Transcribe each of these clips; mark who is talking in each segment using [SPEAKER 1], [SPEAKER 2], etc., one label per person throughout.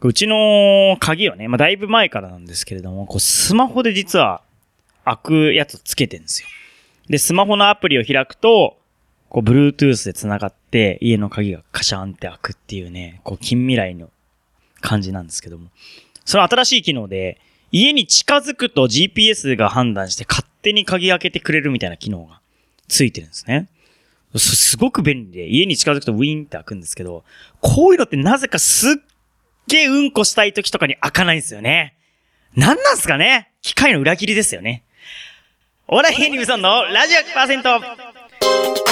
[SPEAKER 1] うちの鍵はね、まあ、だいぶ前からなんですけれども、こう、スマホで実は開くやつつけてんですよ。で、スマホのアプリを開くと、こう、Bluetooth で繋がって、家の鍵がカシャンって開くっていうね、こう、近未来の感じなんですけども。その新しい機能で、家に近づくと GPS が判断して勝手に鍵開けてくれるみたいな機能がついてるんですね。すすごく便利で、家に近づくとウィーンって開くんですけど、こういうのってなぜかすっげえうんこしたい時とかに開かないんですよね。なんなんすかね機械の裏切りですよね。オーライヘニムソンのラジオ100%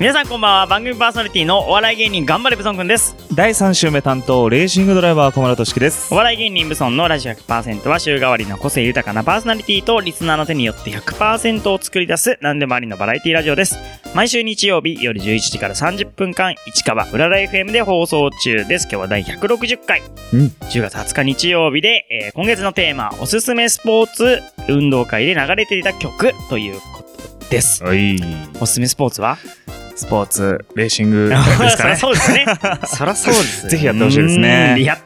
[SPEAKER 1] 皆さんこんばんは番組パーソナリティのお笑い芸人頑張れブソンくんです
[SPEAKER 2] 第3週目担当レーシングドライバー小村俊樹です
[SPEAKER 1] お笑い芸人ブソンのラジオ100%は週替わりの個性豊かなパーソナリティとリスナーの手によって100%を作り出す何でもありのバラエティラジオです。毎週日曜日夜11時から30分間、市川うらら FM で放送中です。今日は第160回。
[SPEAKER 2] うん
[SPEAKER 1] 10月20日日曜日で、えー今月のテーマ、おすすめスポーツ運動会で流れていた曲ということです。
[SPEAKER 2] はい
[SPEAKER 1] おすすめスポーツは
[SPEAKER 2] スポーツレーシングです
[SPEAKER 1] そ
[SPEAKER 2] か
[SPEAKER 1] ら
[SPEAKER 2] ね
[SPEAKER 1] そうですね。そらそうですよ
[SPEAKER 2] ぜひやってほしいですね
[SPEAKER 1] うんや、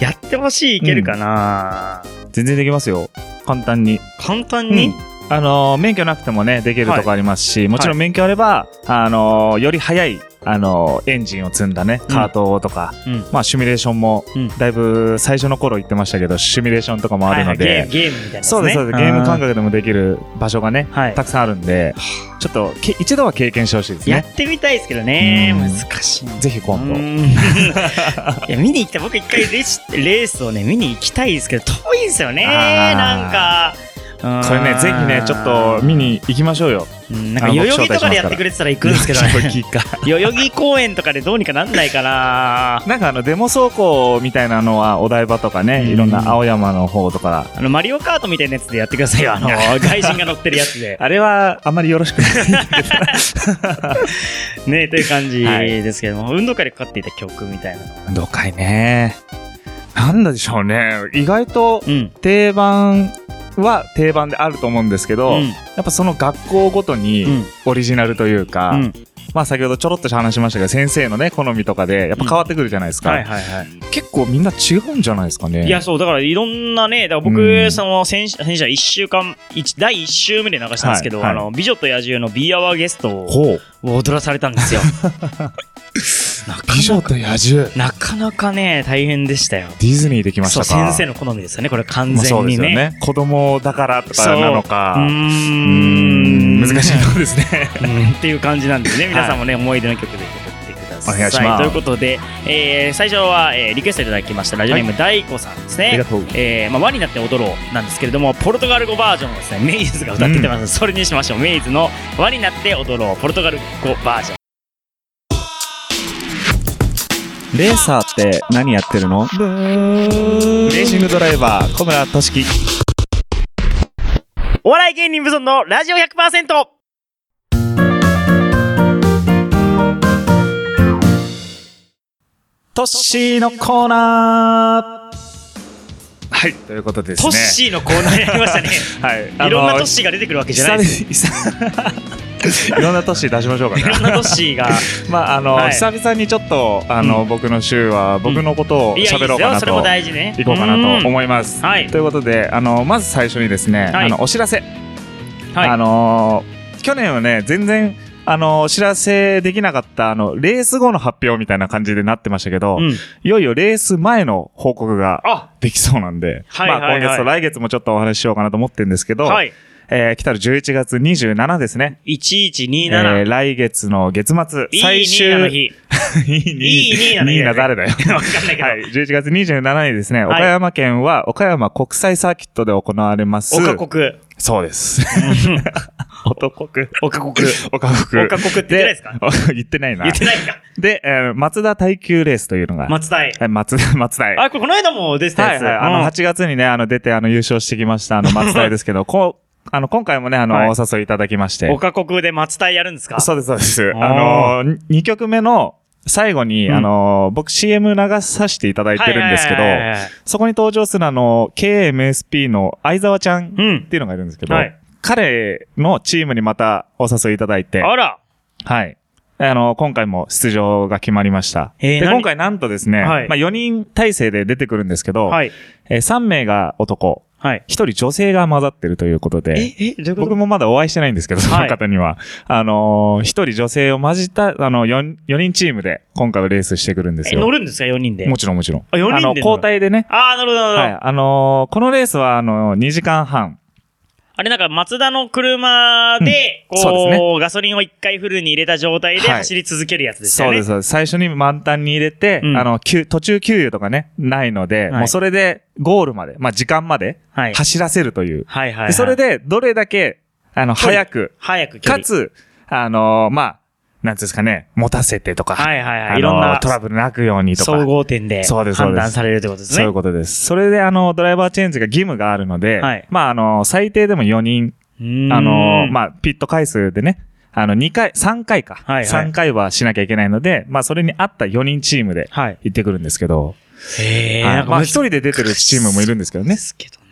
[SPEAKER 1] やってほしい、いけるかな、
[SPEAKER 2] 全然できますよ簡単に、
[SPEAKER 1] 簡単に、
[SPEAKER 2] あのー免許なくてもねできるとこありますし、もちろん免許あればあのーより速いあのーエンジンを積んだねカートとか、
[SPEAKER 1] うん
[SPEAKER 2] まあシミュレーションも、
[SPEAKER 1] うん
[SPEAKER 2] だいぶ最初の頃言ってましたけどシミュレーションとかもあるので、
[SPEAKER 1] はいはいゲームゲームみたいなやつね。
[SPEAKER 2] そうですそうですゲーム感覚でもできる場所がね
[SPEAKER 1] はい
[SPEAKER 2] たくさんあるんでちょっとけ一度は経験してほしいです
[SPEAKER 1] や
[SPEAKER 2] ね
[SPEAKER 1] ってみたいですけどね。
[SPEAKER 2] うん
[SPEAKER 1] 難しいな。
[SPEAKER 2] ぜひ今
[SPEAKER 1] うー
[SPEAKER 2] 度
[SPEAKER 1] ん いや見に行きたい僕一回レースレースをね見に行きたいですけど遠いんですよね
[SPEAKER 2] あー
[SPEAKER 1] なんか
[SPEAKER 2] これねぜひねちょっと見に行きましょうよ
[SPEAKER 1] うんうんなんか代々木とかでやってくれてたら行くんですけ どね代々木公園とかでどうにかなんないかな
[SPEAKER 2] なんかあのデモ走行みたいなのはお台場とかね、
[SPEAKER 1] うん
[SPEAKER 2] いろんな青山の方とか
[SPEAKER 1] あのマリオカートみたいなやつでやってくださいよあ の外人が乗ってるやつで
[SPEAKER 2] あれはあんまりよろしくない
[SPEAKER 1] ねという感じ
[SPEAKER 2] はい
[SPEAKER 1] ですけども、運動会でかかっていた曲みたいなの
[SPEAKER 2] どかいねなんだでしょうね意外と
[SPEAKER 1] うん
[SPEAKER 2] 定番は定番であると思うんですけど、
[SPEAKER 1] うん
[SPEAKER 2] やっぱその学校ごと
[SPEAKER 1] う
[SPEAKER 2] に
[SPEAKER 1] ん
[SPEAKER 2] オリジナルというか、
[SPEAKER 1] うん
[SPEAKER 2] まあ先ほどちょろっと話しましたけど先生のね好みとかでやっぱ変わってくるじゃないですか、
[SPEAKER 1] はいはいはい
[SPEAKER 2] 結構みんな違うんじゃないですかね
[SPEAKER 1] いや、そう、だからいろんなね、だから僕、
[SPEAKER 2] うん
[SPEAKER 1] その先、先週は1週間、一第1週目で流したんですけど、
[SPEAKER 2] はいはい
[SPEAKER 1] あの、美女と野獣の B アワーゲストを
[SPEAKER 2] ほう
[SPEAKER 1] 踊らされたんです よ。なか
[SPEAKER 2] 美
[SPEAKER 1] な
[SPEAKER 2] 女
[SPEAKER 1] か、
[SPEAKER 2] と野獣
[SPEAKER 1] なかなかね、大変でしたよ。
[SPEAKER 2] ディズニーできまし
[SPEAKER 1] そ
[SPEAKER 2] た
[SPEAKER 1] う、
[SPEAKER 2] か
[SPEAKER 1] 先生の好みですよね、これ完
[SPEAKER 2] まあそ
[SPEAKER 1] 全
[SPEAKER 2] うで
[SPEAKER 1] に
[SPEAKER 2] すよ
[SPEAKER 1] ね。
[SPEAKER 2] ね子供だからとかなのか
[SPEAKER 1] うー
[SPEAKER 2] うー
[SPEAKER 1] ん
[SPEAKER 2] ん難しいとこです ね
[SPEAKER 1] うんっていう感じなんですね。皆さんもね、思い出の曲で送ってください。
[SPEAKER 2] お願いします
[SPEAKER 1] ということで、えー最初は、えーリクエストいただきましたラジオネーム、大子さんですね。
[SPEAKER 2] とう
[SPEAKER 1] えーまあ、輪になって踊ろうなんですけれどもポルトガル語バージョンをですねメイズが歌っててます、それにしましょうメイズの「輪になって踊ろう」ポルトガル語バージョン
[SPEAKER 2] レーサーって何やってるのレーシングドライバー小村俊樹
[SPEAKER 1] お笑い芸人無尊のラジオ100%
[SPEAKER 2] トッシーのコーナーはいということでです
[SPEAKER 1] ト
[SPEAKER 2] ね
[SPEAKER 1] ッシーのコーナーやりました ね
[SPEAKER 2] はい
[SPEAKER 1] いろんなトッ
[SPEAKER 2] シ
[SPEAKER 1] シーが出てくるわけじゃ ないです
[SPEAKER 2] いろんなトッシー出しましょうか
[SPEAKER 1] い
[SPEAKER 2] ね
[SPEAKER 1] ろんなトッシーが
[SPEAKER 2] まああの、
[SPEAKER 1] はい
[SPEAKER 2] 久々にちょっとあの、僕の週は僕のことを
[SPEAKER 1] いやいい
[SPEAKER 2] 喋
[SPEAKER 1] で
[SPEAKER 2] ろう
[SPEAKER 1] す
[SPEAKER 2] か
[SPEAKER 1] よ
[SPEAKER 2] な
[SPEAKER 1] そ
[SPEAKER 2] と、
[SPEAKER 1] れも大事ね
[SPEAKER 2] 行こうかなと
[SPEAKER 1] うん
[SPEAKER 2] 思います。
[SPEAKER 1] はい
[SPEAKER 2] ということであのまず最初にですね、
[SPEAKER 1] はい
[SPEAKER 2] あのお知らせ、
[SPEAKER 1] はい
[SPEAKER 2] あのー去年はね全然あのお知らせできなかったあのレース後の発表みたいな感じでなってましたけど、
[SPEAKER 1] うん
[SPEAKER 2] いよいよレース前の報告が
[SPEAKER 1] あ
[SPEAKER 2] できそうなんで、
[SPEAKER 1] はいはいはい
[SPEAKER 2] まあ、今月と来月もちょっとお話ししようかなと思ってるんですけど、
[SPEAKER 1] はい
[SPEAKER 2] えー来たる11月27ですね、え
[SPEAKER 1] 1127、
[SPEAKER 2] ー来月の月末
[SPEAKER 1] いい
[SPEAKER 2] 最終
[SPEAKER 1] ニーナの日
[SPEAKER 2] いい
[SPEAKER 1] いいニーナの日
[SPEAKER 2] ニーナ誰だよ
[SPEAKER 1] わかんないけど、
[SPEAKER 2] はい、11月27日にですね、
[SPEAKER 1] はい
[SPEAKER 2] 岡山県は岡山国際サーキットで行われます。
[SPEAKER 1] 岡国
[SPEAKER 2] そうです。 男国。
[SPEAKER 1] 岡国
[SPEAKER 2] 岡国。
[SPEAKER 1] 岡国って言ってないですか
[SPEAKER 2] で 言ってないな
[SPEAKER 1] 言っ。てないか
[SPEAKER 2] で、えー松田耐久レースというのが。
[SPEAKER 1] 松田井
[SPEAKER 2] はい松 田、松田。
[SPEAKER 1] あこれこの間も出てた
[SPEAKER 2] は
[SPEAKER 1] や
[SPEAKER 2] い
[SPEAKER 1] つ、
[SPEAKER 2] はい、あ
[SPEAKER 1] うん
[SPEAKER 2] の、8月にね、あの、出て、あの、優勝してきました、あの、松田ですけど、こう、あの、今回もね、あの、
[SPEAKER 1] はい
[SPEAKER 2] お誘いいただきまして。
[SPEAKER 1] 5カ国で松田やるんですか
[SPEAKER 2] そうです、そうです。
[SPEAKER 1] ー
[SPEAKER 2] あの、2曲目の、最後に、
[SPEAKER 1] うん
[SPEAKER 2] あのー僕 CM 流させていただいてるんですけど、
[SPEAKER 1] はいはいはいはい
[SPEAKER 2] そこに登場するあの、KMSP の相沢ちゃん
[SPEAKER 1] うん
[SPEAKER 2] っていうのがいるんですけど、
[SPEAKER 1] はい
[SPEAKER 2] 彼のチームにまたお誘いいただいて、
[SPEAKER 1] あら、
[SPEAKER 2] はい。あの、今回も出場が決まりました。
[SPEAKER 1] えー
[SPEAKER 2] で、
[SPEAKER 1] 何
[SPEAKER 2] 今回なんとですね、
[SPEAKER 1] はい
[SPEAKER 2] まあ4人体制で出てくるんですけど、
[SPEAKER 1] はい。
[SPEAKER 2] えー3名が男、
[SPEAKER 1] はい。
[SPEAKER 2] 1人女性が混ざってるということで、
[SPEAKER 1] え、どういうこと
[SPEAKER 2] 僕もまだお会いしてないんですけど、そ
[SPEAKER 1] は
[SPEAKER 2] の
[SPEAKER 1] い
[SPEAKER 2] 方には。あのー、1人女性を混じった、あの4、4人チームで今回はレースしてくるんです
[SPEAKER 1] え乗
[SPEAKER 2] よ。
[SPEAKER 1] るんですか ?4 人で。
[SPEAKER 2] もちろんもちろん。
[SPEAKER 1] あ4人で
[SPEAKER 2] あの、
[SPEAKER 1] 乗る
[SPEAKER 2] 交代でね。
[SPEAKER 1] ああ、なるほど、な
[SPEAKER 2] は
[SPEAKER 1] るほ
[SPEAKER 2] い
[SPEAKER 1] ど。。
[SPEAKER 2] あのーこのレースは、あのー、2時間半。
[SPEAKER 1] あれなんか、マツダの車で、
[SPEAKER 2] うんそうです
[SPEAKER 1] こう、ガソリンを1回フルに入れた状態で
[SPEAKER 2] はい
[SPEAKER 1] 走り続けるやつです
[SPEAKER 2] そ
[SPEAKER 1] よ
[SPEAKER 2] う
[SPEAKER 1] ね。
[SPEAKER 2] です。そうです最初に満タンに入れて、
[SPEAKER 1] うん
[SPEAKER 2] あの、給途中給油とかね、ないの
[SPEAKER 1] は
[SPEAKER 2] で、
[SPEAKER 1] い
[SPEAKER 2] もうそれで、ゴールまで、まあ、時間まで、
[SPEAKER 1] はい。
[SPEAKER 2] 走らせるという。
[SPEAKER 1] はいはいは
[SPEAKER 2] で
[SPEAKER 1] い。
[SPEAKER 2] それ、で、どれだけ、あの、
[SPEAKER 1] 距離
[SPEAKER 2] 早く、
[SPEAKER 1] 早く距
[SPEAKER 2] か
[SPEAKER 1] 離、
[SPEAKER 2] つ、あのーまあ、なんていうんですかね、持たせてとか、
[SPEAKER 1] はいはい
[SPEAKER 2] あ
[SPEAKER 1] はい。
[SPEAKER 2] のー
[SPEAKER 1] いろんな
[SPEAKER 2] トラブルなくようにとか
[SPEAKER 1] 総、合点で
[SPEAKER 2] そうですそう
[SPEAKER 1] 判
[SPEAKER 2] です
[SPEAKER 1] 断されるということです
[SPEAKER 2] そういう
[SPEAKER 1] ね。
[SPEAKER 2] ことです。それで、あの、ドライバーチェンジが義務があるので、
[SPEAKER 1] はい
[SPEAKER 2] まあ、あのー最低でも4人、あ
[SPEAKER 1] あ
[SPEAKER 2] のー
[SPEAKER 1] あ、
[SPEAKER 2] まあ、ピット回数でね、あの、2回、3回か、
[SPEAKER 1] はいはい
[SPEAKER 2] 3回はしなきゃいけないので、まあ、それに合った4人チームで、
[SPEAKER 1] はい。
[SPEAKER 2] 行ってくるんですけど、
[SPEAKER 1] へえ、
[SPEAKER 2] はい
[SPEAKER 1] なんか
[SPEAKER 2] まあ
[SPEAKER 1] 難
[SPEAKER 2] 一
[SPEAKER 1] しい
[SPEAKER 2] 人で出てるチームもいるんですけど
[SPEAKER 1] で
[SPEAKER 2] ね。
[SPEAKER 1] すけどね。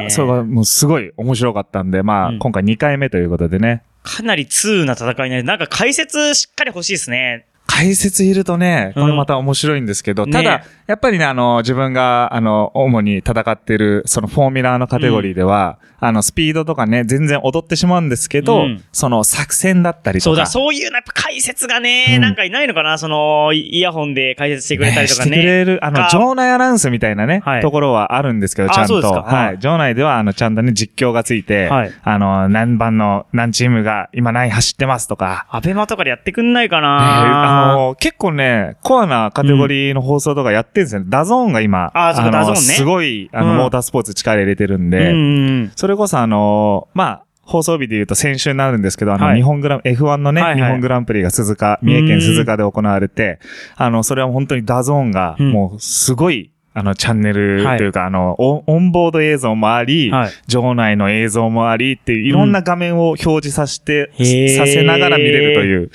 [SPEAKER 2] はい。それがもうすごい面白かったんで、ま
[SPEAKER 1] うん
[SPEAKER 2] あ今回2回目ということでね。
[SPEAKER 1] かなり通な戦いになる。なんか解説しっかり欲しいですね。
[SPEAKER 2] 解説いるとね、こ
[SPEAKER 1] う
[SPEAKER 2] れ
[SPEAKER 1] ん
[SPEAKER 2] また面白いんですけど、
[SPEAKER 1] ね
[SPEAKER 2] ただ、やっぱりね、あの、自分が、あの、主に戦ってる、そのフォーミュラーのカテゴリーでは、あの、スピードとかね、全然踊ってしまうんですけ
[SPEAKER 1] う
[SPEAKER 2] ど、
[SPEAKER 1] ん
[SPEAKER 2] その作戦だったりとか。
[SPEAKER 1] そうだ、そういうのやっぱ解説がね、
[SPEAKER 2] うん
[SPEAKER 1] なんかいないのかなその、イヤホンで解説してくれたりとか
[SPEAKER 2] してく
[SPEAKER 1] ね。
[SPEAKER 2] れる、あの
[SPEAKER 1] か、
[SPEAKER 2] 場内アナウンスみたいなね、
[SPEAKER 1] はい
[SPEAKER 2] ところはあるんですけど、ちゃ
[SPEAKER 1] あ
[SPEAKER 2] ん
[SPEAKER 1] そう
[SPEAKER 2] と。
[SPEAKER 1] ですかは
[SPEAKER 2] はいい。場内では、あの、ちゃんとね、実況がついて、
[SPEAKER 1] はい
[SPEAKER 2] あの、何番の何チームが今何走ってますとか、
[SPEAKER 1] アベマとかでやってくんないか
[SPEAKER 2] ねあ
[SPEAKER 1] な、
[SPEAKER 2] の、結構ね、コアなカテゴリーの放送とかやってるんですよね。ダゾーンが今、
[SPEAKER 1] あそうか
[SPEAKER 2] の
[SPEAKER 1] ダゾーンね
[SPEAKER 2] すごい、あの、
[SPEAKER 1] うん
[SPEAKER 2] モータースポーツ力入れてるんで、
[SPEAKER 1] うん。
[SPEAKER 2] それこそあの、まあ、放送日で言うと先週になるんですけど、あの、
[SPEAKER 1] はい
[SPEAKER 2] 日本グラン、F1 のね、
[SPEAKER 1] はいはい
[SPEAKER 2] 日本グランプリが鈴鹿、三重県鈴鹿で行われて、あの、それは本当にダゾーンが、
[SPEAKER 1] うん
[SPEAKER 2] もう、すごい、あの、チャンネル
[SPEAKER 1] はい
[SPEAKER 2] というか、あの、オンオンボード映像もあり、
[SPEAKER 1] はい。
[SPEAKER 2] 場内の映像もありっていう、いろんな画面を表示させて、
[SPEAKER 1] うんへー
[SPEAKER 2] させながら見れるという、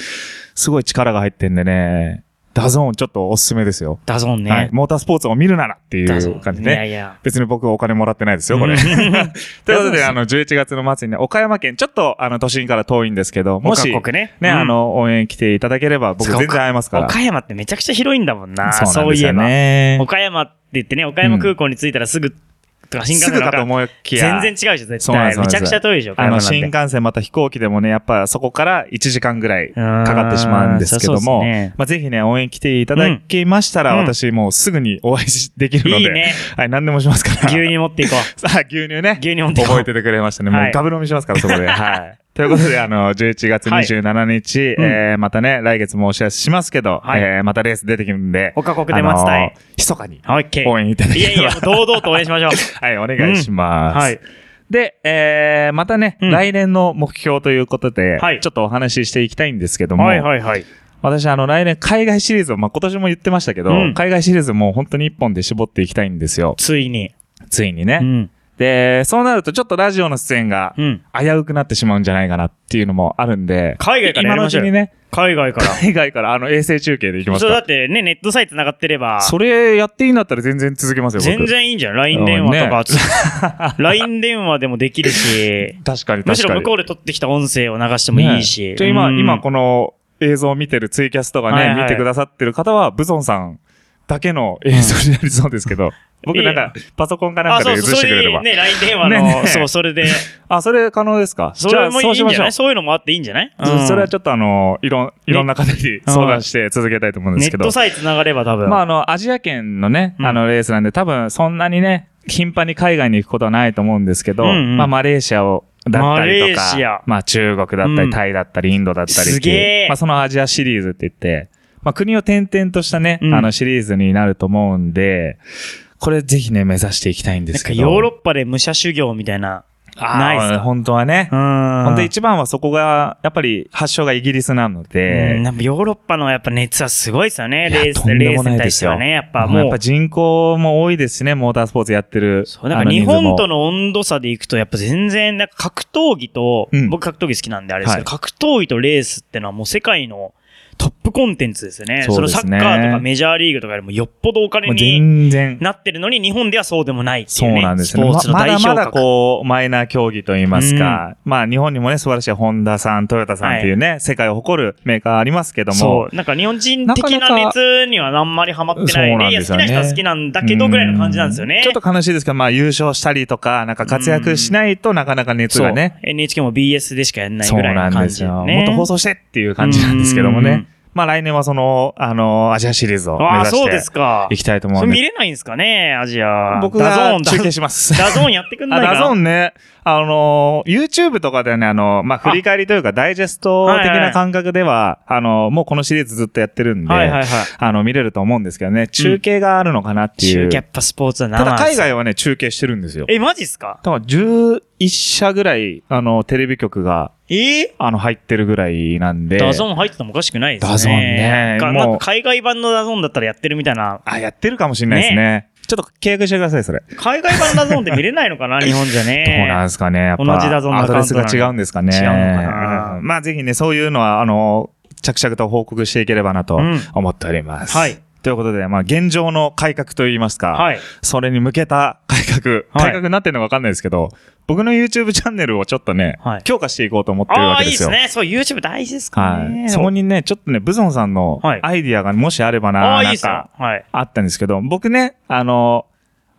[SPEAKER 2] すごい力が入ってんでね、ダゾーンちょっとおすすめですよ。
[SPEAKER 1] ダゾーンね。
[SPEAKER 2] はい。モータースポーツを見るならってい
[SPEAKER 1] ダゾーン
[SPEAKER 2] う感じ
[SPEAKER 1] い
[SPEAKER 2] ね
[SPEAKER 1] や。いや。
[SPEAKER 2] 別に僕お金もらってないですよ、これ。
[SPEAKER 1] う
[SPEAKER 2] とい
[SPEAKER 1] ん
[SPEAKER 2] うこと
[SPEAKER 1] い
[SPEAKER 2] で、
[SPEAKER 1] や
[SPEAKER 2] あの、11月の末にね、岡山県、ちょっと、あの、都心から遠いんですけど、もし、
[SPEAKER 1] 各国ね。
[SPEAKER 2] ね、
[SPEAKER 1] うん
[SPEAKER 2] あ、の、応援来ていただければ、僕
[SPEAKER 1] そうか
[SPEAKER 2] 全然会えますから。
[SPEAKER 1] 岡山ってめちゃくちゃ広いんだもんな。
[SPEAKER 2] そうなん
[SPEAKER 1] そう
[SPEAKER 2] です
[SPEAKER 1] いえ
[SPEAKER 2] よ
[SPEAKER 1] ば。
[SPEAKER 2] ね。
[SPEAKER 1] 岡山って言ってね、岡山空港に着いたらすぐ、とか新幹
[SPEAKER 2] す
[SPEAKER 1] 線
[SPEAKER 2] ぐ
[SPEAKER 1] の
[SPEAKER 2] かと思いきや。
[SPEAKER 1] 全然違うでしょ、絶
[SPEAKER 2] そうなん
[SPEAKER 1] 対。
[SPEAKER 2] ですそう
[SPEAKER 1] め
[SPEAKER 2] なん
[SPEAKER 1] ち
[SPEAKER 2] です
[SPEAKER 1] ゃくちゃ遠いでしょ、岡
[SPEAKER 2] あ
[SPEAKER 1] 山
[SPEAKER 2] の、
[SPEAKER 1] なんて
[SPEAKER 2] 新幹線また飛行機でもね、やっぱそこから1時間ぐらい
[SPEAKER 1] か
[SPEAKER 2] かかってしまうんですけども、
[SPEAKER 1] ね、
[SPEAKER 2] まあ、ぜひね、応援来ていただけましたら、
[SPEAKER 1] うん
[SPEAKER 2] 私もうすぐにお会いしできるの
[SPEAKER 1] い
[SPEAKER 2] で、
[SPEAKER 1] いね。
[SPEAKER 2] はい、何でもしますから。
[SPEAKER 1] 牛乳持っていこう。
[SPEAKER 2] さあ、牛乳ね。
[SPEAKER 1] 牛 乳持っていこう。
[SPEAKER 2] 覚えててくれましたね。
[SPEAKER 1] はい
[SPEAKER 2] もうガブ飲みしますから、そ こで。はい。ということで、あの、11月27日、
[SPEAKER 1] うん
[SPEAKER 2] えーまたね、来月もお知らせしますけど、
[SPEAKER 1] はい
[SPEAKER 2] えーまたレース出てくるんで、
[SPEAKER 1] 他国で待つたい。
[SPEAKER 2] ひそかに
[SPEAKER 1] オッケー。
[SPEAKER 2] 応援いた
[SPEAKER 1] い
[SPEAKER 2] だけ
[SPEAKER 1] やい
[SPEAKER 2] れば
[SPEAKER 1] や、、堂々と応援しましょう。
[SPEAKER 2] はい、お願いします。
[SPEAKER 1] はい。
[SPEAKER 2] で、えー、またね、
[SPEAKER 1] うん
[SPEAKER 2] 来年の目標ということで、
[SPEAKER 1] はい
[SPEAKER 2] ちょっとお話ししていきたいんですけども、
[SPEAKER 1] はいはいはい。
[SPEAKER 2] 私、あの、来年海外シリーズを、まあ、今年も言ってましたけど、
[SPEAKER 1] うん
[SPEAKER 2] 海外シリーズもう本当に一本で絞っていきたいんですよ。
[SPEAKER 1] ついに。
[SPEAKER 2] ついにね。
[SPEAKER 1] うん。
[SPEAKER 2] で、そうなるとちょっとラジオの出演が
[SPEAKER 1] うん。
[SPEAKER 2] 危うくなってしまうんじゃないかなっていうのもあるんで、
[SPEAKER 1] 海外からや
[SPEAKER 2] 今
[SPEAKER 1] り
[SPEAKER 2] のう
[SPEAKER 1] まし
[SPEAKER 2] ち
[SPEAKER 1] ょう
[SPEAKER 2] に
[SPEAKER 1] よ。
[SPEAKER 2] ね、
[SPEAKER 1] 海外から。
[SPEAKER 2] 海外からあの衛星中継でいきます
[SPEAKER 1] そう
[SPEAKER 2] か
[SPEAKER 1] だってね、ネットさえ繋がってれば、
[SPEAKER 2] それやっていいんだったら全然続けますよ、僕。
[SPEAKER 1] 全然いいんじゃん。LINE 電話とか、LINE 電話でもできるし、
[SPEAKER 2] 確かに確かに。
[SPEAKER 1] むしろ向こうで撮ってきた音声を流してもいいし。
[SPEAKER 2] ねじゃあ今、
[SPEAKER 1] うん
[SPEAKER 2] 今この映像を見てるツイキャスとかね、
[SPEAKER 1] はいはい
[SPEAKER 2] 見てくださってる方は、ブゾンさんだけの映像になりそうです けど、僕なんか、パソコンかなん
[SPEAKER 1] あ、
[SPEAKER 2] か
[SPEAKER 1] そ
[SPEAKER 2] で
[SPEAKER 1] う
[SPEAKER 2] 映
[SPEAKER 1] そう、
[SPEAKER 2] し
[SPEAKER 1] そ
[SPEAKER 2] て
[SPEAKER 1] う
[SPEAKER 2] くれれ
[SPEAKER 1] いう
[SPEAKER 2] ば。
[SPEAKER 1] ね、LINE 電話
[SPEAKER 2] ね
[SPEAKER 1] の、
[SPEAKER 2] ね
[SPEAKER 1] そう、そ れで、
[SPEAKER 2] あ、それ可能ですか
[SPEAKER 1] それもい
[SPEAKER 2] じゃ
[SPEAKER 1] い
[SPEAKER 2] あ
[SPEAKER 1] んじゃない
[SPEAKER 2] そ
[SPEAKER 1] そういうのもあっていいんじゃない
[SPEAKER 2] しょ
[SPEAKER 1] う
[SPEAKER 2] う
[SPEAKER 1] ん
[SPEAKER 2] それはちょっとあの、いろん、いろんな方に相談して続けたいと思うんで
[SPEAKER 1] ネ
[SPEAKER 2] すけ
[SPEAKER 1] ッ
[SPEAKER 2] ど
[SPEAKER 1] ト。さえ繋がれば多分。
[SPEAKER 2] まあ、あの、アジア圏のね、
[SPEAKER 1] うん
[SPEAKER 2] あの、レースなんで、多分、そんなにね、頻繁に海外に行くことはないと思うんですけど、
[SPEAKER 1] うんうん
[SPEAKER 2] まあ、マレーシアを、だった
[SPEAKER 1] マレ
[SPEAKER 2] り
[SPEAKER 1] ー
[SPEAKER 2] と
[SPEAKER 1] シア
[SPEAKER 2] か、まあ、中国だった
[SPEAKER 1] うん
[SPEAKER 2] り、タイだったり、インドだったりっていう
[SPEAKER 1] すげえ
[SPEAKER 2] まあ、そのアジアシリーズって言って、まあ、国を転々としたね、
[SPEAKER 1] うん
[SPEAKER 2] あの、シリーズになると思うんで、これぜひね、目指していきたいんで
[SPEAKER 1] なん
[SPEAKER 2] す
[SPEAKER 1] か
[SPEAKER 2] け
[SPEAKER 1] ヨ
[SPEAKER 2] ど。
[SPEAKER 1] ーロッパで武者修行みたいな。
[SPEAKER 2] あー
[SPEAKER 1] ないっすか
[SPEAKER 2] 本当はね。
[SPEAKER 1] ん
[SPEAKER 2] 本当一番はそこが、やっぱり発祥がイギリスなの
[SPEAKER 1] うん
[SPEAKER 2] で、
[SPEAKER 1] なんかヨーロッパのやっぱ熱はすごいですよね。
[SPEAKER 2] いや
[SPEAKER 1] レース、
[SPEAKER 2] とんで
[SPEAKER 1] レー
[SPEAKER 2] も
[SPEAKER 1] ス
[SPEAKER 2] な
[SPEAKER 1] に
[SPEAKER 2] い
[SPEAKER 1] 対
[SPEAKER 2] で
[SPEAKER 1] し
[SPEAKER 2] す
[SPEAKER 1] て
[SPEAKER 2] よ
[SPEAKER 1] はね。やっぱ
[SPEAKER 2] もうやっ
[SPEAKER 1] もう
[SPEAKER 2] ぱ。人口も多いですしね、モータースポーツやってる。
[SPEAKER 1] そう、なん
[SPEAKER 2] あ
[SPEAKER 1] か
[SPEAKER 2] の
[SPEAKER 1] 日
[SPEAKER 2] 人数も
[SPEAKER 1] 本との温度差でいくと、やっぱ全然、なんか格闘技と、
[SPEAKER 2] うん
[SPEAKER 1] 僕格闘技好きなんであれですけど、
[SPEAKER 2] は
[SPEAKER 1] 格闘技とレースってのはもう世界のトップコンテンツですよね。
[SPEAKER 2] そ
[SPEAKER 1] そう
[SPEAKER 2] で
[SPEAKER 1] のサ
[SPEAKER 2] す
[SPEAKER 1] ッ
[SPEAKER 2] ね
[SPEAKER 1] カーとかメジャーリーグとかよりもよっぽどお金
[SPEAKER 2] もう
[SPEAKER 1] に
[SPEAKER 2] 全然。
[SPEAKER 1] なってるのに、日本ではそうでもないって
[SPEAKER 2] そ
[SPEAKER 1] いううね。
[SPEAKER 2] なんですね。
[SPEAKER 1] スポ
[SPEAKER 2] ま
[SPEAKER 1] ーツの
[SPEAKER 2] ま
[SPEAKER 1] 代
[SPEAKER 2] だ
[SPEAKER 1] 表
[SPEAKER 2] ま
[SPEAKER 1] 格。
[SPEAKER 2] だこう、マイナー競技といいますか、まあ日本にもね、素晴らしいホンダさん、トヨタさんっていうね、世界を誇るメーカーありますけども
[SPEAKER 1] そ、う。なんか日本人的
[SPEAKER 2] な
[SPEAKER 1] な
[SPEAKER 2] かなか
[SPEAKER 1] 熱にはあんまりハマってない
[SPEAKER 2] そうなん
[SPEAKER 1] い
[SPEAKER 2] で
[SPEAKER 1] や、
[SPEAKER 2] す
[SPEAKER 1] 好
[SPEAKER 2] よ
[SPEAKER 1] き
[SPEAKER 2] ね
[SPEAKER 1] な人は好きなんだけどぐらいの感じなんですよね。
[SPEAKER 2] うんちょっと悲しいですけど、まあ優勝したりとか、なんか活躍しないとなかなか熱
[SPEAKER 1] そ
[SPEAKER 2] が
[SPEAKER 1] う
[SPEAKER 2] ね。。
[SPEAKER 1] NHK も BS でしかやんない
[SPEAKER 2] そう
[SPEAKER 1] ぐらい
[SPEAKER 2] な
[SPEAKER 1] の
[SPEAKER 2] ん
[SPEAKER 1] 感
[SPEAKER 2] で
[SPEAKER 1] じ
[SPEAKER 2] す
[SPEAKER 1] だよ
[SPEAKER 2] よ。
[SPEAKER 1] ね。
[SPEAKER 2] もっと放送してっていう感じなんですけども
[SPEAKER 1] うん
[SPEAKER 2] ね。まあ来年はその、あの、アジアシリーズを目
[SPEAKER 1] ああ、
[SPEAKER 2] 指
[SPEAKER 1] そうです
[SPEAKER 2] して
[SPEAKER 1] か
[SPEAKER 2] い。きたいと思
[SPEAKER 1] そうれ
[SPEAKER 2] ん
[SPEAKER 1] 見
[SPEAKER 2] で。
[SPEAKER 1] れないんですかね、アジア。
[SPEAKER 2] 僕
[SPEAKER 1] ダゾ
[SPEAKER 2] が
[SPEAKER 1] ーン、
[SPEAKER 2] 中継 します。
[SPEAKER 1] ダゾーンやってくんない
[SPEAKER 2] あ、
[SPEAKER 1] か
[SPEAKER 2] ダ
[SPEAKER 1] な
[SPEAKER 2] ゾーンね。あのー、YouTube とかではね、あの、まあ、振り返りというか、ダイジェスト的な感覚では、あの、もうこのシリーズずっとやってるんで、
[SPEAKER 1] はいはいはい。
[SPEAKER 2] あの、見れると思うんですけどね、中継があるのかなってい
[SPEAKER 1] 中
[SPEAKER 2] う。
[SPEAKER 1] キャッパスポーツは
[SPEAKER 2] た
[SPEAKER 1] 生
[SPEAKER 2] だ、海
[SPEAKER 1] なんですよ
[SPEAKER 2] 外はね、中継してるんですよ。
[SPEAKER 1] え、マジっすか
[SPEAKER 2] 多分11社ぐらい、あの、テレビ局が、
[SPEAKER 1] ええ
[SPEAKER 2] あの、入ってるぐらいなんで。
[SPEAKER 1] ダゾーン入っててもおかしくないですね。
[SPEAKER 2] ダゾーンね
[SPEAKER 1] が
[SPEAKER 2] もう
[SPEAKER 1] なんか海外版のダゾーンだったらやってるみたいな。
[SPEAKER 2] あ、やってるかもしれないですね。ちょっと契約してください、それ。
[SPEAKER 1] 海外版ダゾーンって見れないの かな日本じゃね。
[SPEAKER 2] どうなんですかねやっぱ。
[SPEAKER 1] 同じダゾーンの
[SPEAKER 2] ア
[SPEAKER 1] アカ
[SPEAKER 2] ド
[SPEAKER 1] ウ
[SPEAKER 2] レ
[SPEAKER 1] ン
[SPEAKER 2] ス
[SPEAKER 1] ト
[SPEAKER 2] が
[SPEAKER 1] なのに
[SPEAKER 2] 違うんですかね。
[SPEAKER 1] 違うのかな
[SPEAKER 2] うんまあぜひね、そういうのは、あの、着々と報告していければなと
[SPEAKER 1] うん
[SPEAKER 2] 思っております。
[SPEAKER 1] はい。
[SPEAKER 2] ということで、まあ現状の改革といいますか、
[SPEAKER 1] はい。
[SPEAKER 2] それに向けた改革、
[SPEAKER 1] はい
[SPEAKER 2] 改革になってるのかわかんないですけど、僕の YouTube チャンネルをちょっとね、
[SPEAKER 1] はい
[SPEAKER 2] 強化していこうと思ってる
[SPEAKER 1] あ
[SPEAKER 2] わ
[SPEAKER 1] あ、
[SPEAKER 2] け
[SPEAKER 1] い
[SPEAKER 2] で
[SPEAKER 1] いですす
[SPEAKER 2] よ。
[SPEAKER 1] ね。そう、YouTube 大事ですから
[SPEAKER 2] は
[SPEAKER 1] ね。
[SPEAKER 2] い。そこにね、ちょっとね、ブゾンさんの
[SPEAKER 1] はい
[SPEAKER 2] アイディアがもしあればな、
[SPEAKER 1] ああ、いい
[SPEAKER 2] なん
[SPEAKER 1] ですよ。
[SPEAKER 2] か
[SPEAKER 1] はい。
[SPEAKER 2] あったんですけど、僕ね、あの、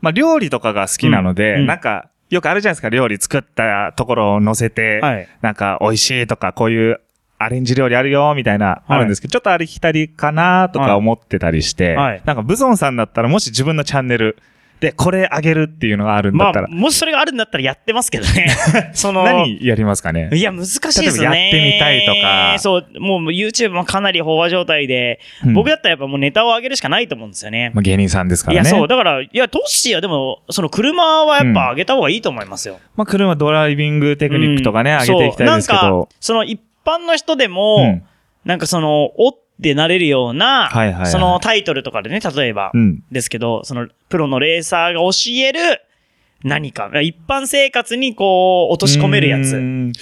[SPEAKER 2] まあ、料理とかが好きなので、
[SPEAKER 1] うんうん
[SPEAKER 2] なんか、よくあるじゃないですか、料理作ったところを載せて、
[SPEAKER 1] はい。
[SPEAKER 2] なんか、美味しいとか、こういうアレンジ料理あるよ、みたいな、
[SPEAKER 1] はい
[SPEAKER 2] あるんですけど、ちょっとありきたりかなと
[SPEAKER 1] はい
[SPEAKER 2] か思ってたりして、
[SPEAKER 1] はい
[SPEAKER 2] なんか、ブゾンさんだったら、もし自分のチャンネルで、これあげるっていうのがあるんだ
[SPEAKER 1] ま
[SPEAKER 2] ったら
[SPEAKER 1] あ、、もしそれがあるんだったらやってますけどね。 その、
[SPEAKER 2] 何やりますかね
[SPEAKER 1] いや、難しいですね。
[SPEAKER 2] 例えばやってみたいとか
[SPEAKER 1] そう、もう YouTube もかなり飽和状態で、
[SPEAKER 2] うん
[SPEAKER 1] 僕だったらやっぱもうネタを上げるしかないと思うんですよね。
[SPEAKER 2] まあ、芸人さんですか
[SPEAKER 1] い
[SPEAKER 2] ら
[SPEAKER 1] や、
[SPEAKER 2] ね。
[SPEAKER 1] そう、だから、いや、トッシーはでも、その車はやっぱ上げた方がいいと思いますよ。
[SPEAKER 2] まあ、車ドライビングテクニックとかね、
[SPEAKER 1] うん
[SPEAKER 2] 上げていきたいですけ
[SPEAKER 1] そうなん
[SPEAKER 2] ど
[SPEAKER 1] か、、その一般の人で
[SPEAKER 2] う
[SPEAKER 1] も
[SPEAKER 2] ん、
[SPEAKER 1] なんかその、おってなれるような
[SPEAKER 2] はいはいは、い
[SPEAKER 1] そのタイトルとかでね、例えば
[SPEAKER 2] う、ん。
[SPEAKER 1] ですけど、その、プロのレーサーが教える、何か、一般生活にこう、落とし込めるや
[SPEAKER 2] うー
[SPEAKER 1] つ。
[SPEAKER 2] ん。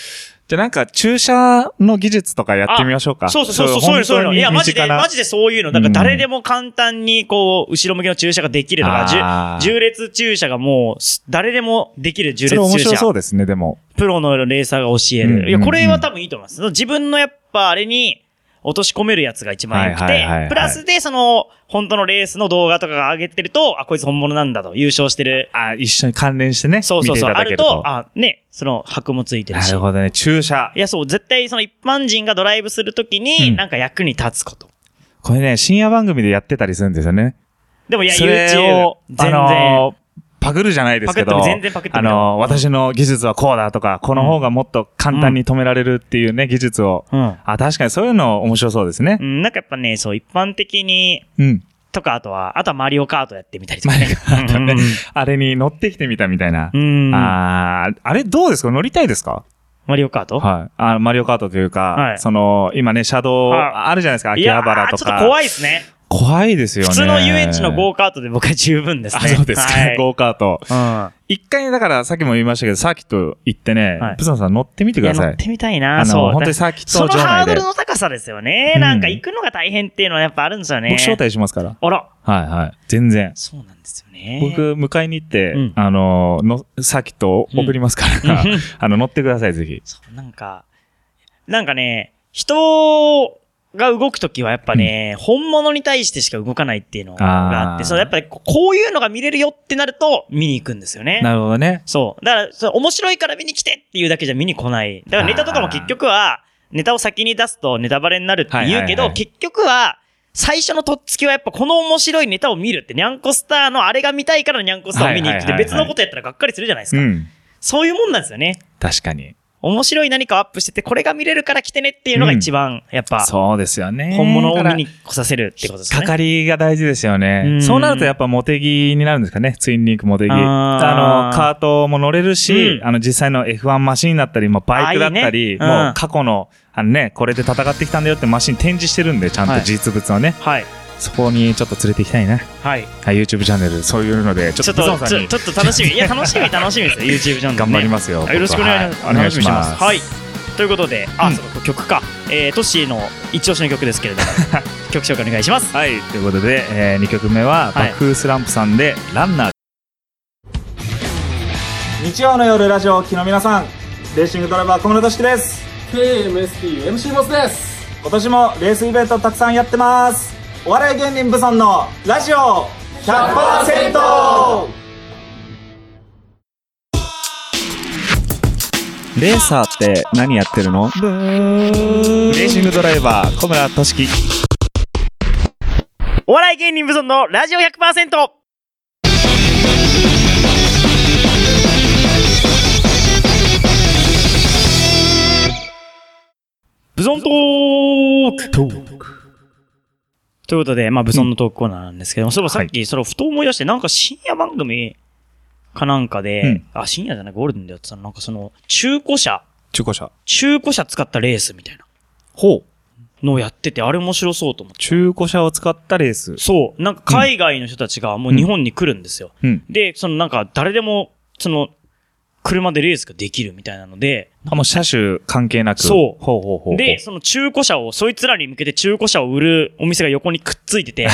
[SPEAKER 2] じゃあなんか駐車の技術とかやってみましょうか。
[SPEAKER 1] そうそうそうそう、そういうの、そういうの。いや、マジで、マジでそういうの。だから誰でも簡単に、こう、後ろ向きの駐車ができると
[SPEAKER 2] あ
[SPEAKER 1] か
[SPEAKER 2] ー、
[SPEAKER 1] じゅ縦列駐車がもう、す誰でもできる縦列
[SPEAKER 2] それ面
[SPEAKER 1] 駐
[SPEAKER 2] 白
[SPEAKER 1] 車
[SPEAKER 2] そ。うですね、でも。
[SPEAKER 1] プロのレーサーが教え
[SPEAKER 2] うんうんうん
[SPEAKER 1] る。いや、これは多分いいと思います。自分のやっぱあれに落とし込めるやつが一番良く
[SPEAKER 2] はいはいはいは
[SPEAKER 1] て
[SPEAKER 2] い、
[SPEAKER 1] プラスでその、本当のレースの動画とかが上げてると、あ、こいつ本物なんだと、優勝してる。
[SPEAKER 2] あ、一緒に関連してね。
[SPEAKER 1] そうそうそう、
[SPEAKER 2] 見てい
[SPEAKER 1] あ
[SPEAKER 2] ただけ
[SPEAKER 1] る
[SPEAKER 2] ると
[SPEAKER 1] と、。あ、ね、その、箔もついてる
[SPEAKER 2] な
[SPEAKER 1] し
[SPEAKER 2] る。ほどね、駐車
[SPEAKER 1] い。や、そう、絶対その一般人がドライブするとき
[SPEAKER 2] う
[SPEAKER 1] に、
[SPEAKER 2] ん
[SPEAKER 1] なんか役に立つこと。
[SPEAKER 2] これね、深夜番組でやってたりするんですよね。
[SPEAKER 1] でも、いや、
[SPEAKER 2] それ
[SPEAKER 1] YouTube
[SPEAKER 2] を、、
[SPEAKER 1] 全
[SPEAKER 2] あ
[SPEAKER 1] 然。
[SPEAKER 2] のーパクるじゃないですけ
[SPEAKER 1] パ
[SPEAKER 2] ど、
[SPEAKER 1] クっても全然パクって
[SPEAKER 2] あ
[SPEAKER 1] もいいよ
[SPEAKER 2] のー、私の技術はこうだとか、この方がもっと簡単に止められるっていうね、技術を。
[SPEAKER 1] うん
[SPEAKER 2] あ、確かにそういうの面白そうですね
[SPEAKER 1] う。ん、なんかやっぱね、そう、一般的に、
[SPEAKER 2] うん。
[SPEAKER 1] とか、あとは、あとはマリオカートやってみたりとかね。
[SPEAKER 2] ね
[SPEAKER 1] うんうんうん
[SPEAKER 2] あれに乗ってきてみたみたいな。
[SPEAKER 1] うん
[SPEAKER 2] あーあれどうですか乗りたいですか
[SPEAKER 1] マリオカート
[SPEAKER 2] はい。あマリオカートというか、
[SPEAKER 1] はい
[SPEAKER 2] その、今ね、車道
[SPEAKER 1] はい
[SPEAKER 2] あるじゃないですか、
[SPEAKER 1] い
[SPEAKER 2] 秋
[SPEAKER 1] や
[SPEAKER 2] 葉
[SPEAKER 1] ー
[SPEAKER 2] 原とか。
[SPEAKER 1] ちょっと怖いですね。
[SPEAKER 2] 怖いですよね。
[SPEAKER 1] 普通の遊園地のゴ
[SPEAKER 2] ー
[SPEAKER 1] ーカートで僕は十分です
[SPEAKER 2] あ、
[SPEAKER 1] ね。
[SPEAKER 2] そうですか、
[SPEAKER 1] はい
[SPEAKER 2] ゴーカート。
[SPEAKER 1] うん。
[SPEAKER 2] 一回、だから、さっきも言いましたけど、サーキット行ってね、
[SPEAKER 1] はい
[SPEAKER 2] ブゾンさん乗ってみてくだ
[SPEAKER 1] いや
[SPEAKER 2] さ
[SPEAKER 1] 乗
[SPEAKER 2] い
[SPEAKER 1] っ。てみたい
[SPEAKER 2] あ
[SPEAKER 1] な。そ
[SPEAKER 2] の、
[SPEAKER 1] う。
[SPEAKER 2] 本当に
[SPEAKER 1] だ
[SPEAKER 2] サーキッ
[SPEAKER 1] そ
[SPEAKER 2] ト
[SPEAKER 1] の
[SPEAKER 2] 場
[SPEAKER 1] ハー
[SPEAKER 2] 内
[SPEAKER 1] ド
[SPEAKER 2] で
[SPEAKER 1] ル。の高さですよね。なんか行くのが大変っていうのはやっぱあるんですよね。
[SPEAKER 2] 僕招待しますから。
[SPEAKER 1] あら。
[SPEAKER 2] はいはい。全然。
[SPEAKER 1] そうなんですよね。
[SPEAKER 2] 僕、迎えに行って、
[SPEAKER 1] うん
[SPEAKER 2] あの、の、サーキットを送りますから、
[SPEAKER 1] うん
[SPEAKER 2] あの、乗ってください、ぜひ。
[SPEAKER 1] そう、なんか、なんかね、人が動くときはやっぱね、本物に対してしか動かないっていうのがあって、
[SPEAKER 2] あー
[SPEAKER 1] そう、やっぱりここういうのが見れるよってなると見に行くんですよね。
[SPEAKER 2] なるほどね。
[SPEAKER 1] そう。だから、それ面白いから見に来てっていうだけじゃ見に来ない。だからネタとかも結局は、ネタを先に出すとネタバレになるって言うけど、
[SPEAKER 2] はいはいはい
[SPEAKER 1] 結局は、最初のとっつきはやっぱこの面白いネタを見るって、ニャンコスターのあれが見たいからニャンコスターを見に行くって、
[SPEAKER 2] はいはいはいはい
[SPEAKER 1] 別のことやったらがっかりするじゃないです
[SPEAKER 2] う
[SPEAKER 1] か。
[SPEAKER 2] ん。
[SPEAKER 1] そういうもんなんですよね。
[SPEAKER 2] 確かに。
[SPEAKER 1] 面白い何かをアップしてて、これが見れるから来てねっていうのが一番、やっぱ、
[SPEAKER 2] そうですよね。
[SPEAKER 1] 本物を見
[SPEAKER 2] に
[SPEAKER 1] に来させるってことです
[SPEAKER 2] か
[SPEAKER 1] ね。
[SPEAKER 2] かりが大事ですよ
[SPEAKER 1] う
[SPEAKER 2] ね。
[SPEAKER 1] ん
[SPEAKER 2] そうなるとやっぱモテギになるんですかね。ツインリンクモテギ。
[SPEAKER 1] あー
[SPEAKER 2] あの、カートも乗れるし、
[SPEAKER 1] うん
[SPEAKER 2] あの、実際の F1 マシンだったり、まあ、バイクだったり、
[SPEAKER 1] あーいいねうん
[SPEAKER 2] もう過去の、あのね、これで戦ってきたんだよってマシン展示してるんで、ちゃん
[SPEAKER 1] は
[SPEAKER 2] と
[SPEAKER 1] い
[SPEAKER 2] 実物をね、
[SPEAKER 1] はい。
[SPEAKER 2] そこにちょっと連れて行きたいな。
[SPEAKER 1] はい。
[SPEAKER 2] はい、YouTube チャンネル、そういうので、ち
[SPEAKER 1] ち
[SPEAKER 2] ょ
[SPEAKER 1] ょ
[SPEAKER 2] っ
[SPEAKER 1] っと、
[SPEAKER 2] とブ
[SPEAKER 1] ち
[SPEAKER 2] ゾ
[SPEAKER 1] ょ
[SPEAKER 2] ンさんに
[SPEAKER 1] ちょっと楽しみ。いや、楽しみ、楽しみですよ。YouTube チャンネル、ね。
[SPEAKER 2] 頑張りますよ。
[SPEAKER 1] よろしくお願いします。
[SPEAKER 2] はいお願いします。
[SPEAKER 1] はい。ということで、あ、
[SPEAKER 2] うん
[SPEAKER 1] そうか曲か。えー、トッシーの一押しの曲ですけれども、曲紹介お願いします。
[SPEAKER 2] はい、ということで、え2曲目
[SPEAKER 1] は
[SPEAKER 2] は、
[SPEAKER 1] い
[SPEAKER 2] 爆風スランプさんで、ランナー。日曜の夜ラジオをお聞きの皆さん、レーシングドライバー小室俊樹です。
[SPEAKER 3] KMSPMC ボスです
[SPEAKER 2] 今年もレースイベントたくさんやってます。お笑い芸人ブソンのラジオ 100%! レーサーって何やってるのレーシングドライバー小村俊樹。
[SPEAKER 1] お笑い芸人無尊のラジオ 100%! ブソントークということで、まあ、ブソンのトークコーナーなんですけども、そういえばさっき、それをふと思い出して、なんか深夜番組かなんかで、
[SPEAKER 2] うん
[SPEAKER 1] あ、深夜じゃない、ゴールデンでやってたの、なんかその、中古車、
[SPEAKER 2] 中古車。
[SPEAKER 1] 中古車使ったレースみたいな
[SPEAKER 2] ほう。
[SPEAKER 1] のをやってて、あれ面白そうと思って。
[SPEAKER 2] 中古車を使ったレース。
[SPEAKER 1] そう。なんか海外の人たちがもう日本に来るんですよ。
[SPEAKER 2] うん。
[SPEAKER 1] で、そのなんか誰でも、その、車でレースができるみたいなので、
[SPEAKER 2] あ、もう車種関係なく。
[SPEAKER 1] そう
[SPEAKER 2] ほうほうほうほう。
[SPEAKER 1] で、、その中古車を、そいつらに向けて中古車を売るお店が横にくっついて て、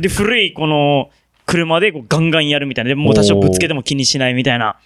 [SPEAKER 1] で、古いこの、車でこうガンガンやるみたいな。で、もう多少ぶつけても気にしないみたいな。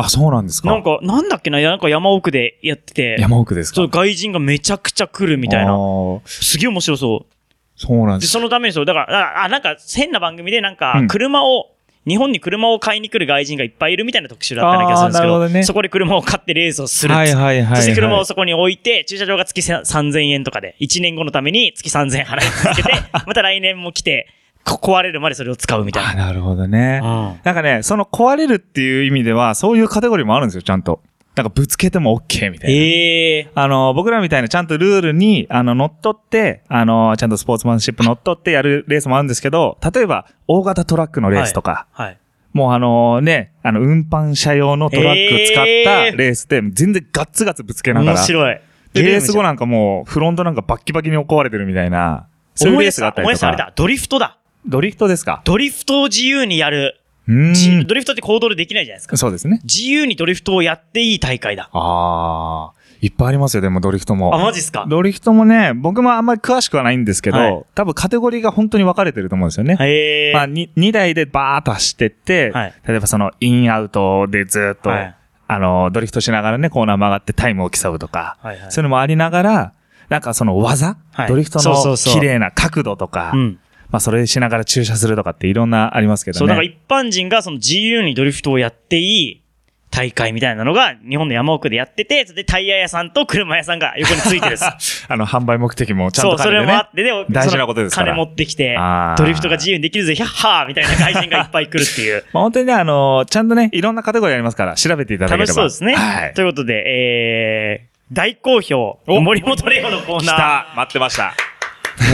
[SPEAKER 2] あ、そうなんですか。
[SPEAKER 1] なんか、なんだっけな、なんか山奥でやってて、
[SPEAKER 2] 山奥ですか。
[SPEAKER 1] そう外人がめちゃくちゃ来るみたい
[SPEAKER 2] あ
[SPEAKER 1] な。
[SPEAKER 2] ー
[SPEAKER 1] すげえ面白そう。
[SPEAKER 2] そうなんで
[SPEAKER 1] で、
[SPEAKER 2] す。
[SPEAKER 1] そのためにそう、だから、あ、あなんか変な番組でなんか
[SPEAKER 2] うん、
[SPEAKER 1] 車を、日本に車を買いに来る外人がいっぱいいるみたいな特集だったような気がするんですけ
[SPEAKER 2] あー
[SPEAKER 1] ど、
[SPEAKER 2] なるほどね
[SPEAKER 1] そこで車を買ってレースをするっつっ
[SPEAKER 2] は
[SPEAKER 1] て
[SPEAKER 2] いはいはい、はい。
[SPEAKER 1] そして車をそこに置いて、駐車場が月せ3000円とかで、1年後のために月3000円払い続 けて、また来年も来て、こ壊れるまでそれを使うみたい
[SPEAKER 2] あ、なるほどね。
[SPEAKER 1] な。うん
[SPEAKER 2] なんかね、その壊れるっていう意味では、そういうカテゴリーもあるんですよ、ちゃんと。なんかぶつけても OK みたいな。
[SPEAKER 1] ええ
[SPEAKER 2] あの、僕らみたいなちゃんとルールに、あの、乗っ取って、あの、ちゃんとスポーツマンシップ乗っ取ってやるレースもあるんですけど、例えば、大型トラックのレースとか、
[SPEAKER 1] はい。
[SPEAKER 2] もうあのね、あの、運搬車用のトラック使ったレースで、全然ガッツガツぶつけなが
[SPEAKER 1] 面
[SPEAKER 2] ら、
[SPEAKER 1] 白い。
[SPEAKER 2] レース後
[SPEAKER 1] ん
[SPEAKER 2] なんかもう、フロントなんかバッキバキに壊れてるみたいな、そういう
[SPEAKER 1] 思い
[SPEAKER 2] レー
[SPEAKER 1] 出
[SPEAKER 2] ス
[SPEAKER 1] し
[SPEAKER 2] があ
[SPEAKER 1] た
[SPEAKER 2] っ、た
[SPEAKER 1] 思い出
[SPEAKER 2] りと
[SPEAKER 1] した、あれ
[SPEAKER 2] か。
[SPEAKER 1] だ。ドリフトだ。
[SPEAKER 2] ドリフトですか
[SPEAKER 1] ドリフトを自由にやる。
[SPEAKER 2] う
[SPEAKER 1] じ
[SPEAKER 2] ーん。
[SPEAKER 1] ドリフトって行動でできないじゃないですか。
[SPEAKER 2] そうですね。
[SPEAKER 1] 自由にドリフトをやっていい大会だ。
[SPEAKER 2] ああ、いっぱいありますよ、でもドリフトも。
[SPEAKER 1] あ、マジっすか
[SPEAKER 2] ドリフトもね、僕もあんまり詳しくはないんですけど、
[SPEAKER 1] はい
[SPEAKER 2] 多分カテゴリーが本当に分かれてると思うんですよね。
[SPEAKER 1] へえ。
[SPEAKER 2] まあ、に 2, 台でバーッと走ってって、
[SPEAKER 1] はい
[SPEAKER 2] 例えばそのインアウトでずっと、
[SPEAKER 1] はい
[SPEAKER 2] あの、ドリフトしながらね、コーナー曲がってタイムを競うとか、
[SPEAKER 1] はいはい
[SPEAKER 2] そういうのもありながら、なんかその技、
[SPEAKER 1] はい
[SPEAKER 2] ドリフト
[SPEAKER 1] そうそ
[SPEAKER 2] の
[SPEAKER 1] うそう
[SPEAKER 2] 綺麗な角度とか、
[SPEAKER 1] うん。
[SPEAKER 2] まあそれしながら駐車するとかっていろんなありますけどね。
[SPEAKER 1] そう、だから一般人がその自由にドリフトをやっていい大会みたいなのが日本の山奥でやってて、それでタイヤ屋さんと車屋さんが横についてるんです。
[SPEAKER 2] あの、販売目的も ちゃ
[SPEAKER 1] そ
[SPEAKER 2] んと
[SPEAKER 1] う、そ
[SPEAKER 2] 兼
[SPEAKER 1] れ
[SPEAKER 2] ねて
[SPEAKER 1] もあ
[SPEAKER 2] ね
[SPEAKER 1] っ。て、で、
[SPEAKER 2] 大事なことですから
[SPEAKER 1] その金持ってきて
[SPEAKER 2] あー、
[SPEAKER 1] ドリフトが自由にできるぜ、ヒャッハーみたいな外人がいっぱい来るって いう。
[SPEAKER 2] まあ本当にね、あのちゃんとね、いろんなカテゴリーありますから、調べていただければ。
[SPEAKER 1] 楽しそうですね。
[SPEAKER 2] はい
[SPEAKER 1] と。いうことで、えー、大好評、森本レオのコー
[SPEAKER 2] 来
[SPEAKER 1] ナー。
[SPEAKER 2] た待ってました。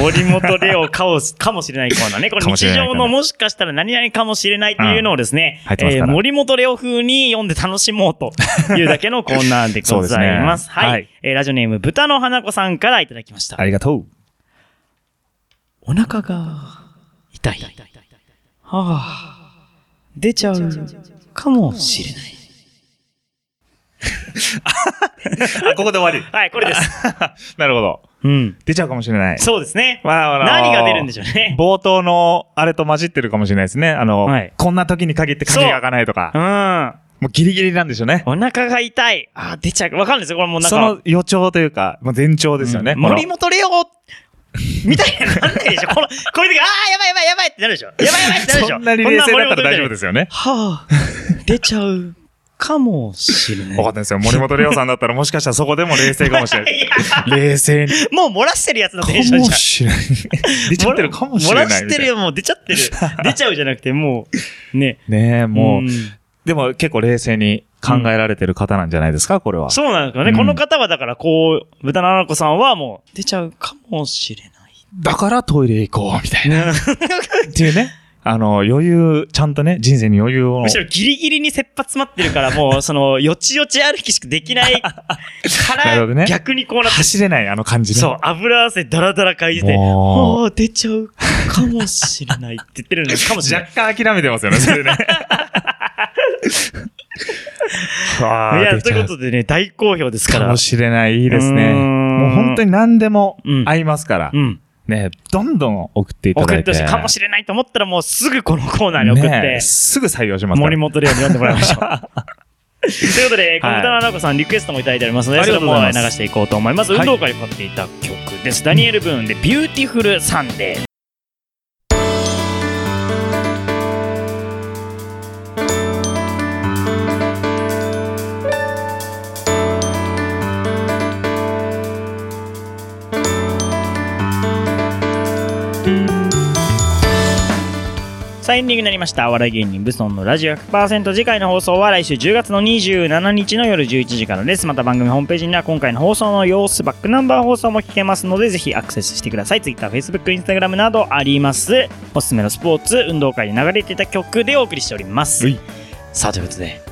[SPEAKER 1] 森本レオかもしかもしれないコーナーね。これ
[SPEAKER 2] かもし
[SPEAKER 1] 日
[SPEAKER 2] れない
[SPEAKER 1] 常のもしかしたら何々かもしれないというのをですね、
[SPEAKER 2] うん入ってます
[SPEAKER 1] え
[SPEAKER 2] から
[SPEAKER 1] ー森本レオ風に読んで楽しもうというだけのコーナーでございます。
[SPEAKER 2] そうですね
[SPEAKER 1] はい、
[SPEAKER 2] はい
[SPEAKER 1] えーラジオネーム、豚の花子さんからいただきました。
[SPEAKER 2] ありがとう。
[SPEAKER 1] お腹が痛い。はあ、出ちゃうかもしれない。
[SPEAKER 2] あ、ここで終わ
[SPEAKER 1] はい、これです。
[SPEAKER 2] り。なるほど。
[SPEAKER 1] うん。
[SPEAKER 2] 出ちゃうかもし れない。
[SPEAKER 1] そうですね。
[SPEAKER 2] まああの
[SPEAKER 1] 何が出るんでしょうね。
[SPEAKER 2] 冒頭の、あれと混じってるかもしれないですね。あの、
[SPEAKER 1] はい
[SPEAKER 2] こんな時に限って鍵が開かないとか
[SPEAKER 1] う。ん。
[SPEAKER 2] もうギリギリなんでしょうね。
[SPEAKER 1] お腹が痛い。あー、出ちゃう。わかるんないですよ。これもうなん
[SPEAKER 2] そ
[SPEAKER 1] か。
[SPEAKER 2] の予兆というか、もう前兆ですよね。
[SPEAKER 1] うん
[SPEAKER 2] この
[SPEAKER 1] 森本レオみたいになんないでしょこの、これで、ああ、やばいやばいやばいってなるでしょやばいやばいってなるでしょ。
[SPEAKER 2] そんなに冷静だったら大丈夫ですすよね。
[SPEAKER 1] はあ、出ちゃうかもしれな
[SPEAKER 2] 分か
[SPEAKER 1] い。
[SPEAKER 2] ったですよ。森本レオさんだったらもしかしたらそこでも冷静かもし れない。
[SPEAKER 1] いや
[SPEAKER 2] 冷静に。
[SPEAKER 1] もう漏らしてるやつの
[SPEAKER 2] か
[SPEAKER 1] テンションじゃん
[SPEAKER 2] も。し れない。出ちゃってるかもしれない
[SPEAKER 1] 漏らしてるよ、もう出ちゃってる。出ちゃうじゃなくて、もう、ね。
[SPEAKER 2] ねえ、 もう、
[SPEAKER 1] ん
[SPEAKER 2] でも結構冷静に考えられてる方なんじゃないですか、これは。
[SPEAKER 1] そうなんですよね。
[SPEAKER 2] うん
[SPEAKER 1] この方は、だから、こう、豚の花子さんはもう、出ちゃうかもしれない。
[SPEAKER 2] だからトイレ行こう、みたいな。っていうね。あの、余裕、ちゃんとね、人生に余裕を。
[SPEAKER 1] むしろギリギリに切羽詰まってるから、 もう、その、よちよち歩きしかできないか
[SPEAKER 2] なるほど
[SPEAKER 1] ら、
[SPEAKER 2] ね
[SPEAKER 1] 逆にこうなって、
[SPEAKER 2] 走れない、あの感じね。
[SPEAKER 1] そう、油汗だらだらかいて、
[SPEAKER 2] もう
[SPEAKER 1] ああ、出ちゃうかもしれないって言 ってるのかもしれない。
[SPEAKER 2] 若干諦めてますよね、それね。わ
[SPEAKER 1] い
[SPEAKER 2] ー
[SPEAKER 1] や、
[SPEAKER 2] 出
[SPEAKER 1] と
[SPEAKER 2] ち
[SPEAKER 1] いう
[SPEAKER 2] ゃ
[SPEAKER 1] ことでね、大好評ですか。
[SPEAKER 2] からもしれない。いいですね。
[SPEAKER 1] うーん
[SPEAKER 2] もう本当に何でも
[SPEAKER 1] うん
[SPEAKER 2] 合いますから。
[SPEAKER 1] うん。
[SPEAKER 2] ね、どんどん送っていただ
[SPEAKER 1] 送っ
[SPEAKER 2] い
[SPEAKER 1] て
[SPEAKER 2] て。
[SPEAKER 1] ほしいかもしれないと思ったら、もうすぐこのコーナーに送って
[SPEAKER 2] ね、すぐ採用しますから
[SPEAKER 1] 森本レオに読んでもらいましょう。 ということで、小豚の奈子さん、リクエストもいただいておりますので、
[SPEAKER 2] あ
[SPEAKER 1] そ
[SPEAKER 2] り
[SPEAKER 1] れ
[SPEAKER 2] がとう
[SPEAKER 1] も
[SPEAKER 2] ござい
[SPEAKER 1] 流
[SPEAKER 2] ます
[SPEAKER 1] していこうと思います。
[SPEAKER 2] はい
[SPEAKER 1] 運動会を買っていた曲です。ダニエル・ブーンで、ビューティフル・サンデー。さあエンディングになりました。お笑い芸人ブソンのラジオ100%次回の放送は来週10月の27日の夜11時からです。また番組ホームページには今回の放送の様子、バックナンバー放送も聞けますので、ぜひアクセスしてください。Twitter、Facebook、Instagram などあります。おすすめのスポーツ、運動会で流れていた曲でお送りしております
[SPEAKER 2] うい。
[SPEAKER 1] さあ、ということで。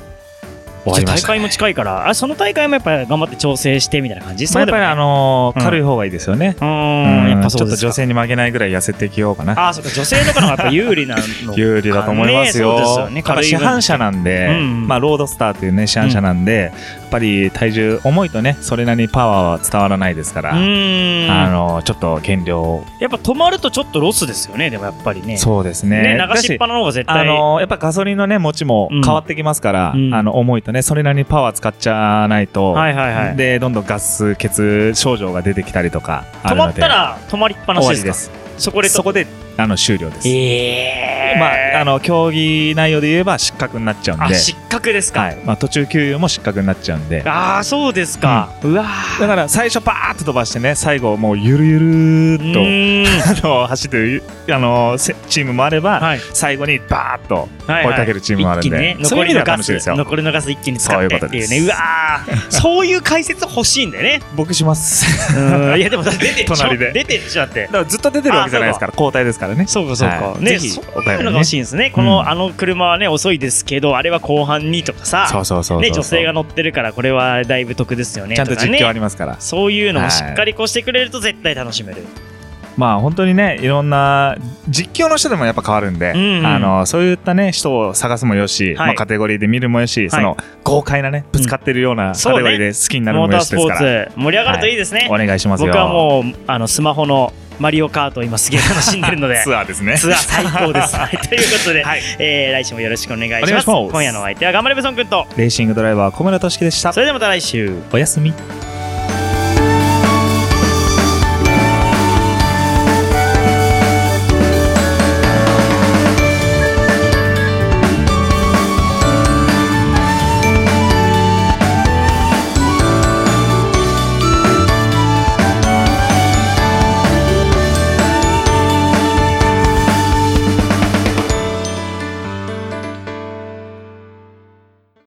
[SPEAKER 2] 終わりま
[SPEAKER 1] 大
[SPEAKER 2] した
[SPEAKER 1] 会も近いから、あその大会もやっぱり頑張って調整してみたいな感じ
[SPEAKER 2] まあやっぱり
[SPEAKER 1] ね
[SPEAKER 2] あのー
[SPEAKER 1] うん
[SPEAKER 2] 軽い方がいいですよね。
[SPEAKER 1] う
[SPEAKER 2] う
[SPEAKER 1] ーん、
[SPEAKER 2] ん
[SPEAKER 1] やっぱそう
[SPEAKER 2] ちょ
[SPEAKER 1] で
[SPEAKER 2] っと
[SPEAKER 1] すか
[SPEAKER 2] 女性に負けないぐらい痩せてきようかな。
[SPEAKER 1] ああ、そっか、女性の方がやっぱ有利なのか。
[SPEAKER 2] 有利だと思いますよ。
[SPEAKER 1] ねそうですよね。
[SPEAKER 2] やっぱ
[SPEAKER 1] 軽い
[SPEAKER 2] 市
[SPEAKER 1] 分
[SPEAKER 2] 販車なんで、
[SPEAKER 1] うんうん
[SPEAKER 2] まあロードスターっていうね市販車なんで、やっぱり体重重いとねそれなりにパワーは伝わらないですから、
[SPEAKER 1] うーん。
[SPEAKER 2] あのちょっと減量を、
[SPEAKER 1] やっぱ止まるとちょっとロスですよね、でもやっぱりね。
[SPEAKER 2] そうです
[SPEAKER 1] ね
[SPEAKER 2] ね。
[SPEAKER 1] 流しっぱなの方が絶
[SPEAKER 2] あ
[SPEAKER 1] 対。
[SPEAKER 2] のやっぱガソリンのね持ちも変わってきますから、
[SPEAKER 1] うんうん
[SPEAKER 2] あの重いとねそれなりにパワー使っちゃないと、
[SPEAKER 1] はいはいはい。
[SPEAKER 2] でどんどんガス欠症状が出てきたりとかあ
[SPEAKER 1] 止
[SPEAKER 2] る
[SPEAKER 1] ま
[SPEAKER 2] の
[SPEAKER 1] っ
[SPEAKER 2] で
[SPEAKER 1] たら止まりっぱな
[SPEAKER 2] 終
[SPEAKER 1] し
[SPEAKER 2] わ
[SPEAKER 1] で
[SPEAKER 2] り
[SPEAKER 1] す
[SPEAKER 2] で
[SPEAKER 1] か
[SPEAKER 2] す。
[SPEAKER 1] そこで
[SPEAKER 2] そ
[SPEAKER 1] と。
[SPEAKER 2] こであの終了です。
[SPEAKER 1] ええー。
[SPEAKER 2] まあ、あの競技内容で言えば失格になっちゃうん
[SPEAKER 1] あ
[SPEAKER 2] で、
[SPEAKER 1] 失格ですか。
[SPEAKER 2] はいまあ、途中給油も失格になっちゃうんで、
[SPEAKER 1] ああ、そうですか。うわー
[SPEAKER 2] だから最初、パーっと飛ばしてね、最後、もうゆるゆる
[SPEAKER 1] う
[SPEAKER 2] ーっ
[SPEAKER 1] ーん。
[SPEAKER 2] とあの走ってるあのせチームもあれば、
[SPEAKER 1] はい。
[SPEAKER 2] 最後にバーっと
[SPEAKER 1] は
[SPEAKER 2] 追いかけるチームもあるんで、
[SPEAKER 1] 一気にね、
[SPEAKER 2] そう
[SPEAKER 1] 残
[SPEAKER 2] いう
[SPEAKER 1] り
[SPEAKER 2] 意味で
[SPEAKER 1] の
[SPEAKER 2] は
[SPEAKER 1] ガ
[SPEAKER 2] 楽しい
[SPEAKER 1] ス
[SPEAKER 2] ですよ。
[SPEAKER 1] 残りのガス一気に使ってっていう
[SPEAKER 2] そう
[SPEAKER 1] ね。
[SPEAKER 2] いううことです
[SPEAKER 1] わーそういう解説欲しいんだよね。
[SPEAKER 2] 僕します。
[SPEAKER 1] うーん。いや、でもだって出てっちゃう。
[SPEAKER 2] 隣で
[SPEAKER 1] 出てっちゃって
[SPEAKER 2] だ。からずっと出てるわけじゃないですから、交代ですからね。
[SPEAKER 1] そうかそうか。
[SPEAKER 2] はい
[SPEAKER 1] ね、
[SPEAKER 2] ぜひ
[SPEAKER 1] そう
[SPEAKER 2] お便りね
[SPEAKER 1] いうのが欲しいんですね。この、あの車はね、遅いですけど、あれは後半にとかさ。
[SPEAKER 2] そうそうそうそう
[SPEAKER 1] ね、女性が乗ってるからこれはだいぶ得ですよね
[SPEAKER 2] ちゃんと
[SPEAKER 1] か
[SPEAKER 2] 実
[SPEAKER 1] ね
[SPEAKER 2] 況ありますから、
[SPEAKER 1] そういうのもしっかりこうしてくれると絶対楽しめる、
[SPEAKER 2] まあ本当にねいろんな実況の人でもやっぱ変わるんで、
[SPEAKER 1] うんうん
[SPEAKER 2] あのそういったね人を探すもよし、
[SPEAKER 1] はい
[SPEAKER 2] まあ、カテゴリーで見るもよし、
[SPEAKER 1] い
[SPEAKER 2] その豪快なねぶつかってるようなカテ
[SPEAKER 1] そうね
[SPEAKER 2] ゴリーで好きになる
[SPEAKER 1] モー
[SPEAKER 2] も
[SPEAKER 1] タ
[SPEAKER 2] よ
[SPEAKER 1] ー
[SPEAKER 2] し
[SPEAKER 1] ス
[SPEAKER 2] です
[SPEAKER 1] ポ
[SPEAKER 2] から、
[SPEAKER 1] ーツ盛り上がるといいですね、
[SPEAKER 2] お願いしますよ
[SPEAKER 1] 僕はもうあのスマホの「マリオカート」を今すげえ楽しんでるので
[SPEAKER 2] ツアー ですね
[SPEAKER 1] ツアー最高です、はい、 ということで、
[SPEAKER 2] はい
[SPEAKER 1] えー来週もよろしくお願いし
[SPEAKER 2] お願
[SPEAKER 1] ま
[SPEAKER 2] い
[SPEAKER 1] す
[SPEAKER 2] します
[SPEAKER 1] 今夜のお相手は頑張れブソン君と
[SPEAKER 2] レーシングドライバー小村俊樹でした
[SPEAKER 1] それではまた来週
[SPEAKER 2] おやすみ